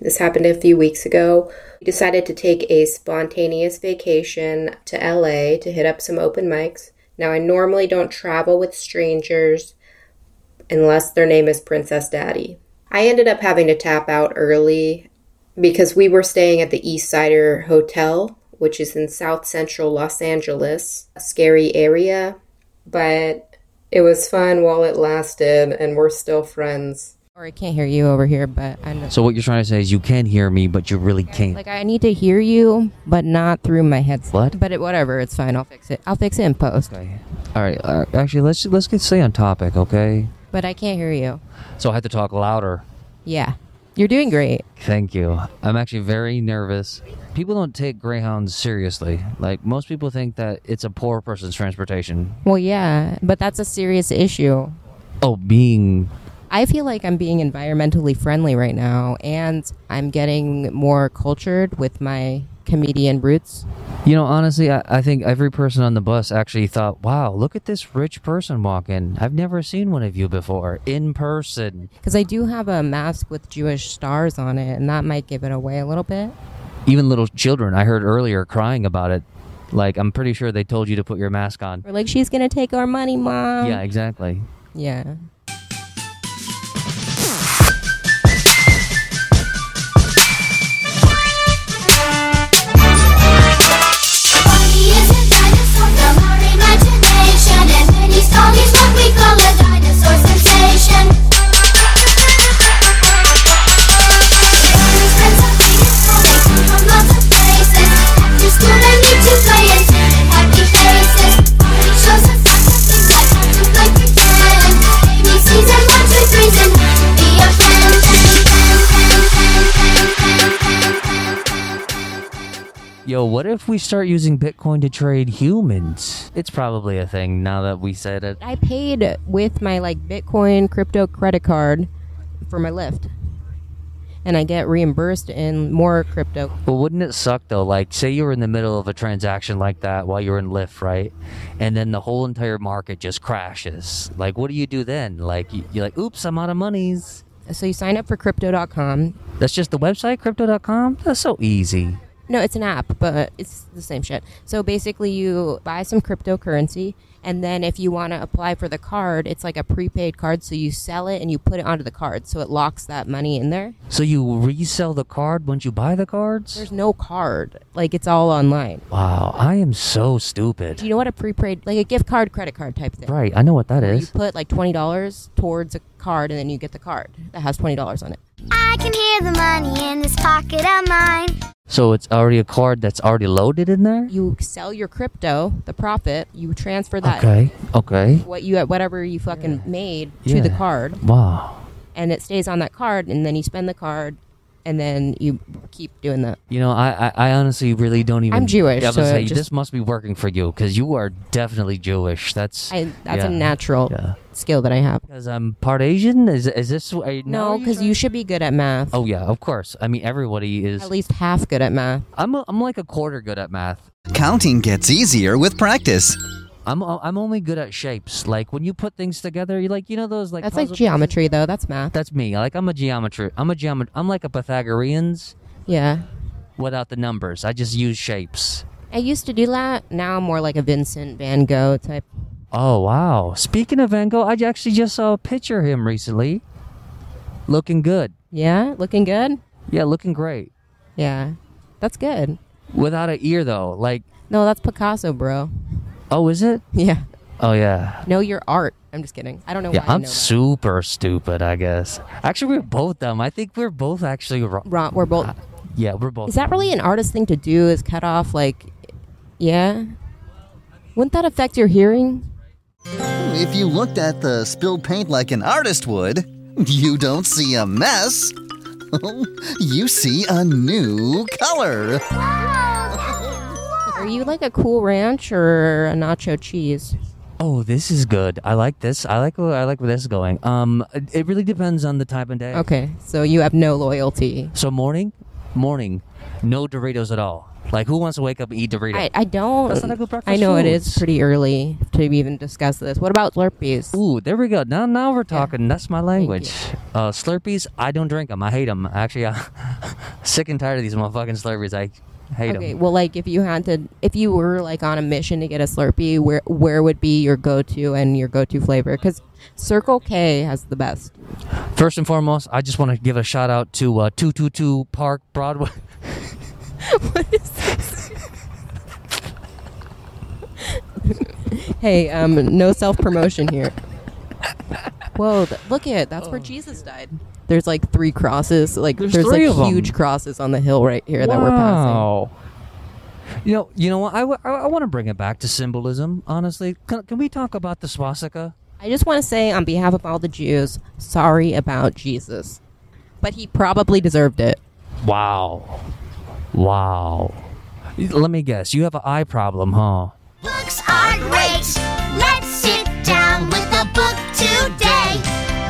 This happened a few weeks ago. We decided to take a spontaneous vacation to LA to hit up some open mics. Now, I normally don't travel with strangers unless their name is Princess Daddy. I ended up having to tap out early because we were staying at the East Sider Hotel, which is in South Central Los Angeles, a scary area, but it was fun while it lasted, and we're still friends. Or I can't hear you over here, but I know. So what you're trying to say is you can hear me, but you really can't. Like I need to hear you, but not through my headset. What? But it, whatever, it's fine. I'll fix it. I'll fix it in post. all right, all right, actually, let's let's get stay on topic, okay? But I can't hear you. So I had to talk louder. Yeah, you're doing great. Thank you. I'm actually very nervous. People don't take greyhounds seriously. Like most people think that it's a poor person's transportation. Well, yeah, but that's a serious issue. Oh, being I feel like I'm being environmentally friendly right now, and I'm getting more cultured with my comedian roots. You know, honestly, I, I think every person on the bus actually thought, wow, look at this rich person walking. I've never seen one of you before in person. Because I do have a mask with Jewish stars on it, and that might give it away a little bit. Even little children, I heard earlier crying about it. Like, I'm pretty sure they told you to put your mask on. We're like, she's gonna take our money, mom. Yeah, exactly. Yeah. Yo, what if we start using Bitcoin to trade humans? It's probably a thing now that we said it. I paid with my like Bitcoin crypto credit card for my Lyft, and I get reimbursed in more crypto. Well, wouldn't it suck though? Like, say you were in the middle of a transaction like that while you're in Lyft, right? And then the whole entire market just crashes. Like, what do you do then? Like, you- you're like, oops, I'm out of monies. So you sign up for crypto.com. That's just the website, crypto.com. That's so easy. No, it's an app, but it's the same shit. So basically, you buy some cryptocurrency, and then if you want to apply for the card, it's like a prepaid card. So you sell it and you put it onto the card, so it locks that money in there. So you resell the card once you buy the cards? There's no card, like it's all online. Wow, I am so Do stupid. you know what a prepaid, like a gift card, credit card type thing? Right, I know what that where you is. put like twenty dollars towards a card, and then you get the card that has twenty dollars on it. I can hear the money in this pocket of mine. So it's already a card that's already loaded in there? You sell your crypto, the profit, you transfer that Okay, okay. what you whatever you fucking made to the Yeah. card, Wow. and it stays on that card, and then you spend the card, and then you keep doing that. You know, I, I, I honestly really don't even. I'm Jewish, I was gonna so say, just- this must be working for you because you are definitely Jewish. That's I, that's a yeah. natural Yeah. skill that I have. Because I'm part Asian. Is is this? Are you, now No, are because trying- you should be good at math. Oh yeah, of course. I mean, everybody is. At least half good at math. I'm a, I'm like a quarter good at math. Counting gets easier with practice. I'm I'm only good at shapes. Like when you put things together, you like you know those like. That's like puzzle pieces? geometry, though. That's math. That's me. Like I'm a geometry. I'm a geomet. I'm like a Pythagorean's Yeah. without the numbers. I just use shapes. I used to do that. Now I'm more like a Vincent Van Gogh type. Oh wow! Speaking of Van Gogh, I actually just saw a picture of him recently. Looking good. Yeah, looking good. Yeah, looking great. Yeah, that's good. Without an ear though. Like, No, that's Picasso, bro. oh, is it? Yeah. Oh yeah. Know your art. I'm just kidding. I don't know Yeah, why I I'm know that. super stupid, I guess. Actually, we're both dumb. I think we're both actually wrong. Ron, we're Ah. both. Yeah, we're both. Is that really an artist thing to do? Is cut off like, yeah? Wouldn't that affect your hearing? If you looked at the spilled paint like an artist would, you don't see a mess. you see a new color. Are you like a cool ranch or a nacho cheese? Oh, this is good. I like this. I like I like where this is going. Um, it- it really depends on the time of day. Okay, so you have no loyalty. So morning, morning, no Doritos at all. Like who wants to wake up and eat Doritos? I, I don't. That's not a good breakfast I know it foods. is pretty early to even discuss this. What about Slurpees? Ooh, there we go. Now, now we're talking. That's my language. Uh, Slurpees, I don't drink them. I hate them. Actually, I'm sick and tired of these motherfucking Slurpees. I hate okay, them. well, like if you had to, if you were like on a mission to get a Slurpee, where where would be your go-to and your go-to flavor? Because Circle K has the best. First and foremost, I just want to give a shout out to uh, 222 Park Broadway. Hey, um, no self-promotion here. Whoa! Th- look at that's where Jesus died. There's like three crosses. Like Oh. There's there's, three of 'em. like huge crosses on the hill right here that we're passing. You know, you know what? I, w- I, want to bring it back to symbolism. Honestly, can, can we talk about the swastika? I just want to say, on behalf of all the Jews, sorry about Jesus, but he probably deserved it. Wow, wow. Let me guess. You have an eye problem, huh? Books are great. Let's sit down with a book today.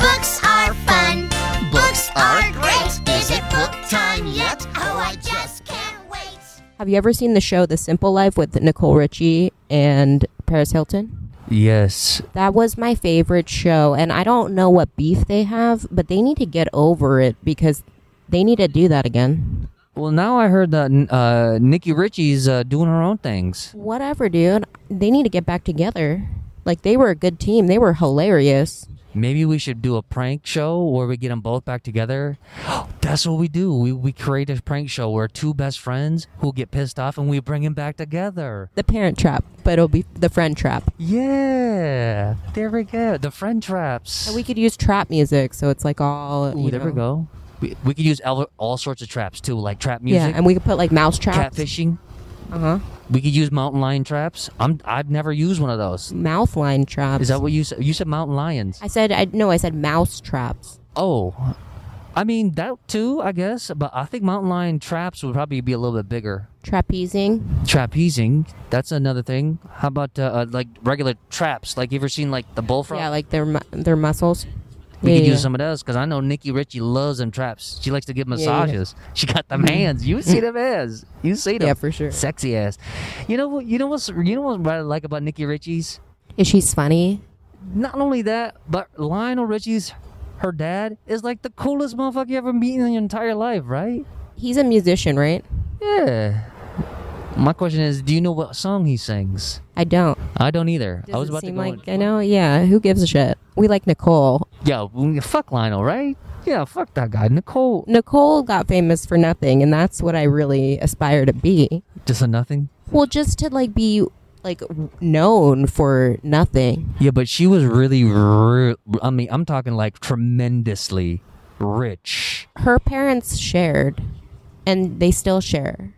Books are fun. Books are great. Is it book time yet? Oh, I just can't wait. Have you ever seen the show The Simple Life with Nicole Richie and Paris Hilton? Yes. That was my favorite show, and I don't know what beef they have, but they need to get over it because they need to do that again. Well, now I heard that uh, Nikki Richie's uh, doing her own things. Whatever, dude. They need to get back together. Like, they were a good team, they were hilarious. Maybe we should do a prank show where we get them both back together. That's what we do. We, we create a prank show where two best friends who get pissed off and we bring them back together. The parent trap, but it'll be the friend trap. Yeah, there we go. The friend traps. And we could use trap music, so it's like all. Ooh, you there know. we go. We, we could use all, all sorts of traps too, like trap Yeah, music, and we could put like mouse traps. catfishing. Uh huh. We could use mountain lion traps. I'm I've never used one of those. Mouth line traps. Is that what you said? You said mountain lions. I said, I no, I said mouse traps. Oh, I mean that too, I guess. But I think mountain lion traps would probably be a little bit bigger. Trapezing. Trapezing, that's another thing. How about uh, uh, like regular traps? Like you ever seen like the bullfrog? Yeah, like their mu- their muscles. we yeah, could yeah. use some of those because I know Nikki Richie loves them traps. She likes to give Yeah, yeah. massages. She got them hands. You see them hands. You see them. Yeah, for sure. Sexy ass. You know what? You know what's you know what I like about Nikki Richie's? Is she funny? Not only that, but Lionel Richie's her dad is like the coolest motherfucker you ever meet in your entire life, right? He's a musician, right? Yeah. My question is, do you know what song he sings? I don't. I don't either. Does I was it about seem to go. like I know. Yeah, who gives a shit? We like Nicole. Yeah, mm, fuck Lionel, right? Yeah, fuck that guy. Nicole, Nicole got famous for nothing, and that's what I really aspire to be. just a nothing. Well, just to like be like w- known for nothing. Yeah, but she was really, re- I mean, I'm talking like tremendously rich. Her parents shared, and they still share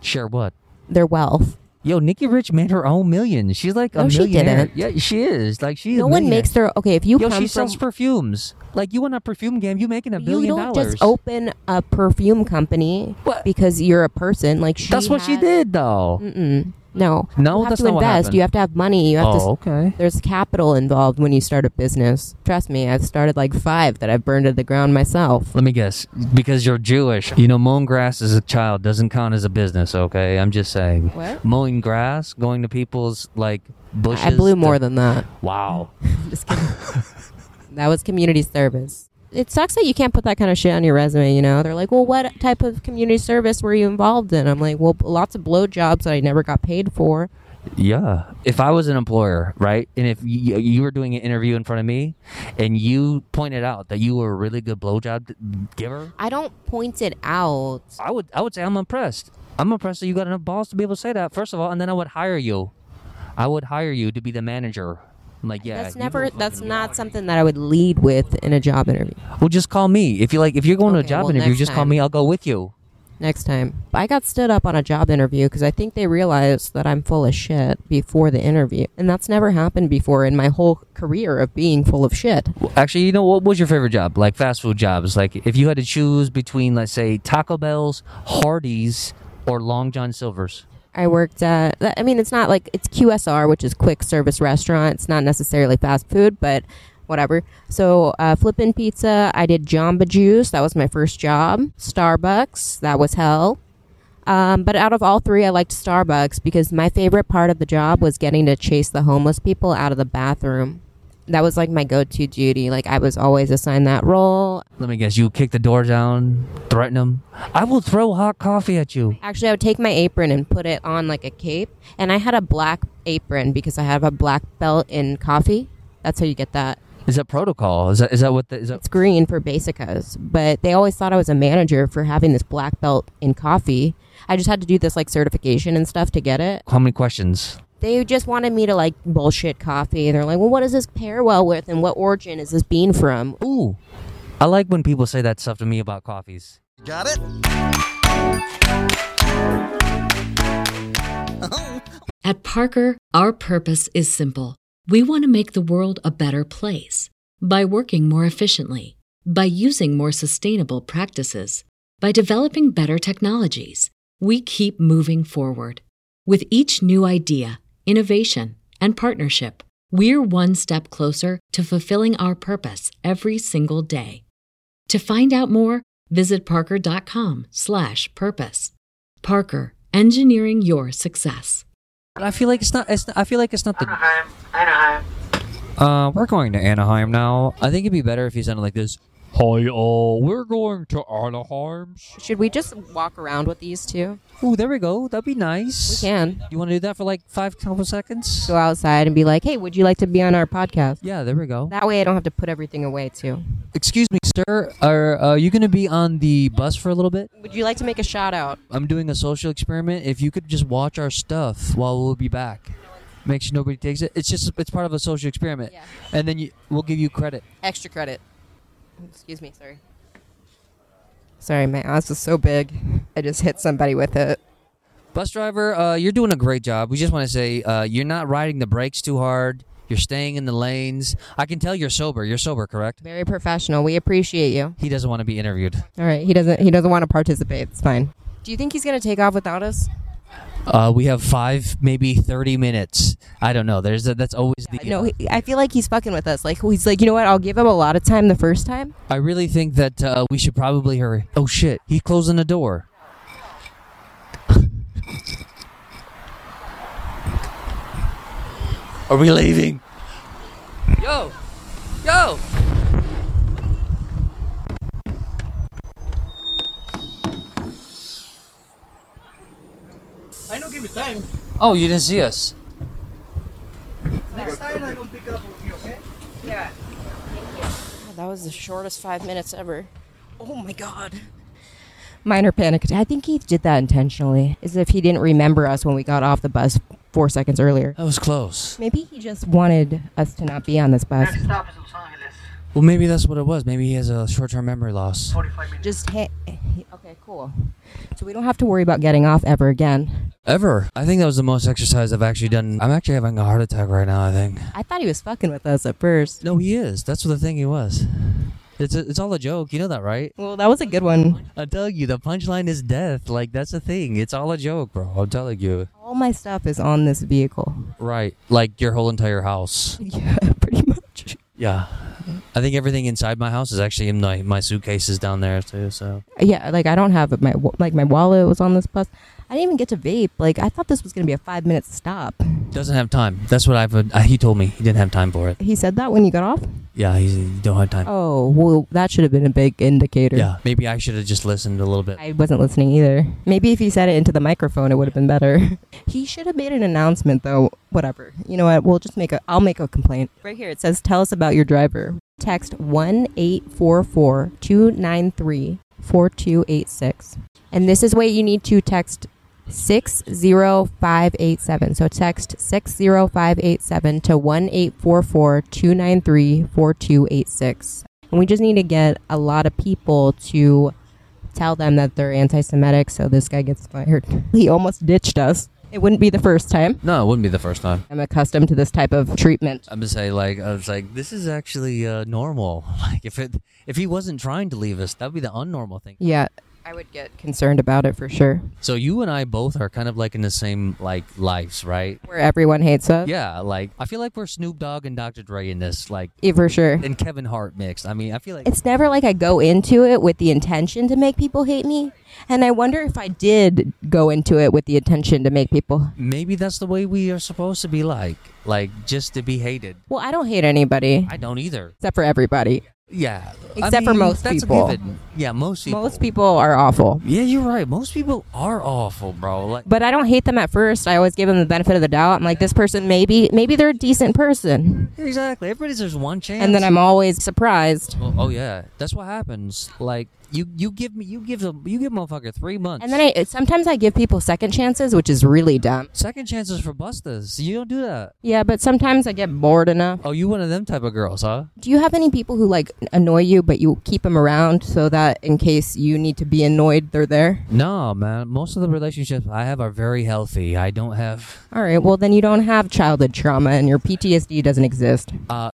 Share what? their wealth. Yo, Nikki Rich made her own million. She's like a No, she millionaire. didn't. Yeah, she is. Like she. is No a one millionaire. makes their okay. If you Yo, come she from sells perfumes. Like you in a perfume game, you making a you billion don't dollars. just open a perfume company What? because you're a person. Like she That's what she had- did, though. Mm, No, No, you have that's to not what invest. happened. you have to have money. You have to. Oh, okay. There's capital involved when you start a business. Trust me, I've started like five that I've burned to the ground myself. Let me guess. Because you're Jewish, you know, mowing grass as a child doesn't count as a business. Okay, I'm just saying. What? Mowing grass, going to people's like bushes. I blew more to- than that. Wow. Just kidding. that was community service. It sucks that you can't put that kind of shit on your resume. You know, they're like, "Well, what type of community service were you involved in?" I'm like, "Well, lots of blowjobs that I never got paid for." Yeah. If I was an employer, right, and if you, you were doing an interview in front of me, and you pointed out that you were a really good blowjob giver, I don't point it out. I would I would say I'm impressed. I'm impressed that you got enough balls to be able to say that. First of all, and then I would hire you. I would hire you to be the manager. I'm like, yeah. That's you were never. That's fucking- not something that I would lead with in a job interview. Well, just call me if you like. If you're going to Okay, a job well, interview, next just call time. me. I'll go with you. next time. I got stood up on a job interview because I think they realized that I'm full of shit before the interview. And that's never happened before in my whole career of being full of shit. Well, Actually, you know what was your favorite job? Like fast food jobs. Like if you had to choose between, let's say, Taco Bell's, Hardee's, or Long John Silver's. I worked at, I mean, it's not like it's QSR, which is quick service restaurant. It's not necessarily fast food, but whatever. So, uh, Flippin' Pizza, I did Jamba Juice. That was my first job. Starbucks, that was hell. Um, but out of all three, I liked Starbucks because my favorite part of the job was getting to chase the homeless people out of the bathroom. That was like my go to duty. Like, I was always assigned that role. Let me guess, you kick the door down, threaten them. I will throw hot coffee at you. Actually, I would take my apron and put it on like a cape. And I had a black apron because I have a black belt in coffee. That's how you get that. Is that protocol? Is that is that what the, is that? It's green for basicas, but they always thought I was a manager for having this black belt in coffee. I just had to do this like certification and stuff to get it. How many questions? They just wanted me to like bullshit coffee. They're like, well, what does this pair well with? And what origin is this bean from? Ooh, I like when people say that stuff to me about coffees. Got it? Oh, At Parker, our purpose is simple. We want to make the world a better place by working more efficiently, by using more sustainable practices, by developing better technologies. We keep moving forward. With each new idea, innovation, and partnership, we're one step closer to fulfilling our purpose every single day. To find out more, visit parker.com/purpose. Parker, engineering your success. But I feel like it's not. It's not I feel like it's not the. Anaheim. Anaheim. Uh, we're going to Anaheim now. I think it'd be better if he sounded like this. Hi, all. We're going to Anaheim's. Should we just walk around with these two? Ooh, there we go. That'd be We nice. can You want to do that for like five couple seconds? go outside and be like, hey, would you like to be on our podcast? Yeah, there we go. That way I don't have to put everything away too. Excuse me, sir. Are uh, you going to be on the bus for a little bit? Would you like to make a shout out? I'm doing a social experiment. If you could just watch our stuff while we'll be back, make sure nobody takes it. It's just it's part of a social experiment, Yeah. and then you, we'll give you credit. extra credit. Excuse me, sorry. Sorry, my ass is so big. I just hit somebody with it. Bus driver, uh, you're doing a great job. We just want to say uh, you're not riding the brakes too hard. You're staying in the lanes. I can tell you're sober. You're sober, correct? Very professional. We appreciate you. He doesn't want to be interviewed. All right, he doesn't he doesn't want to participate. It's fine. Do you think he's going to take off without us? Uh, we have five, maybe thirty minutes. I don't know. There's a, that's always the. No, he, I feel like he's fucking with us. Like he's like, "You know what? I'll give him a lot of time the first time." I really think that uh, we should probably hurry. Oh shit! He's closing the door. Are we leaving? Yo, yo! I don't give you time. Oh, you didn't see us. Next time I will pick up with you, okay? that was the shortest 5 minutes ever. Oh my god. Minor panic attack. I think he did that intentionally. As if he didn't remember us when we got off the bus 4 seconds earlier. That was close. Maybe he just wanted us to not be on this bus. Next stop is Los Angeles. Well, maybe that's what it was. Maybe he has a short-term memory loss. 45 minutes. Just hit. Okay, cool. So we don't have to worry about getting off ever again. Ever. I think that was the most exercise I've actually done. I'm actually having a heart attack right now. I think. I thought he was fucking with us at first. No, he is. That's what the thing he was. It's a, it's all a joke. You know that, right? Well, that was a good one. I'm telling you, the punchline is death. Like that's the thing. It's all a joke, bro. I'm telling you. All my stuff is on this vehicle. Right. Like your whole entire house. Yeah, pretty much. Yeah. I think everything inside my house is actually in my my suitcases down there too. So Yeah, like I don't have my wa- like my wallet was on this bus. I didn't even get to vape. Like I thought this was gonna be a five minute stop. doesn't have time. That's what I've. Uh, he told me he didn't have time for it. He said that when you got off. Yeah. He's, he don't have time. Oh well, that should have been a big indicator. Yeah. Maybe I should have just listened a little bit. I wasn't listening either. Maybe if he said it into the microphone, it would have been better. he should have made an announcement, though. Whatever. You know what? We'll just make a. I'll make a complaint. Right here it says, "Tell us about your driver." Text one eight four four two nine three four two eight six, and this is what you need to text. 60587. So text 60587 to 1844 293 4286. And we just need to get a lot of people to tell them that they're anti-Semitic, so this guy gets fired. He almost ditched us. It wouldn't be the first time. No, it wouldn't be the first time. I'm accustomed to this type of treatment. I'm gonna say like I was like this is actually uh, normal. Like if it if he wasn't trying to leave us, that'd be the unnormal thing. Yeah, I would get concerned about it for sure. So you and I both are kind of like in the same like lives, right? Where everyone hates us. Yeah, like I feel like we're Snoop Dogg and Dr. Dre in this, like Yeah, for sure. and Kevin Hart mixed. I mean, I feel like It's never like I go into it with the intention to make people hate me. And I wonder if I did go into it with the intention to make people. maybe that's the way we are supposed to be like, like just to be hated. Well, I don't hate anybody I don't either. except for everybody. Yeah, I Except for mean, most that's a people. given. Yeah, most people. Most people are awful. Yeah, you're right. Most people are awful, bro. Like, But I don't hate them at first. I always give them the benefit of the doubt. I'm like, this person maybe maybe they're a decent person. exactly. Everybody deserves one chance. And then I'm always surprised. Oh, oh, yeah, that's what happens. Like you, you give me, you give them, you give motherfucker three months. And then I sometimes I give people second chances, which is really dumb. second chances for busters. You don't do that. Yeah, but sometimes I get bored enough. Oh, you one of them type of girls, huh? Do you have any people who like annoy you, but you keep them around so that in case you need to be annoyed, they're there? No, man. Most of the relationships I have are very healthy. I don't have. All right, well then you don't have childhood trauma, and your PTSD doesn't exist. Uh,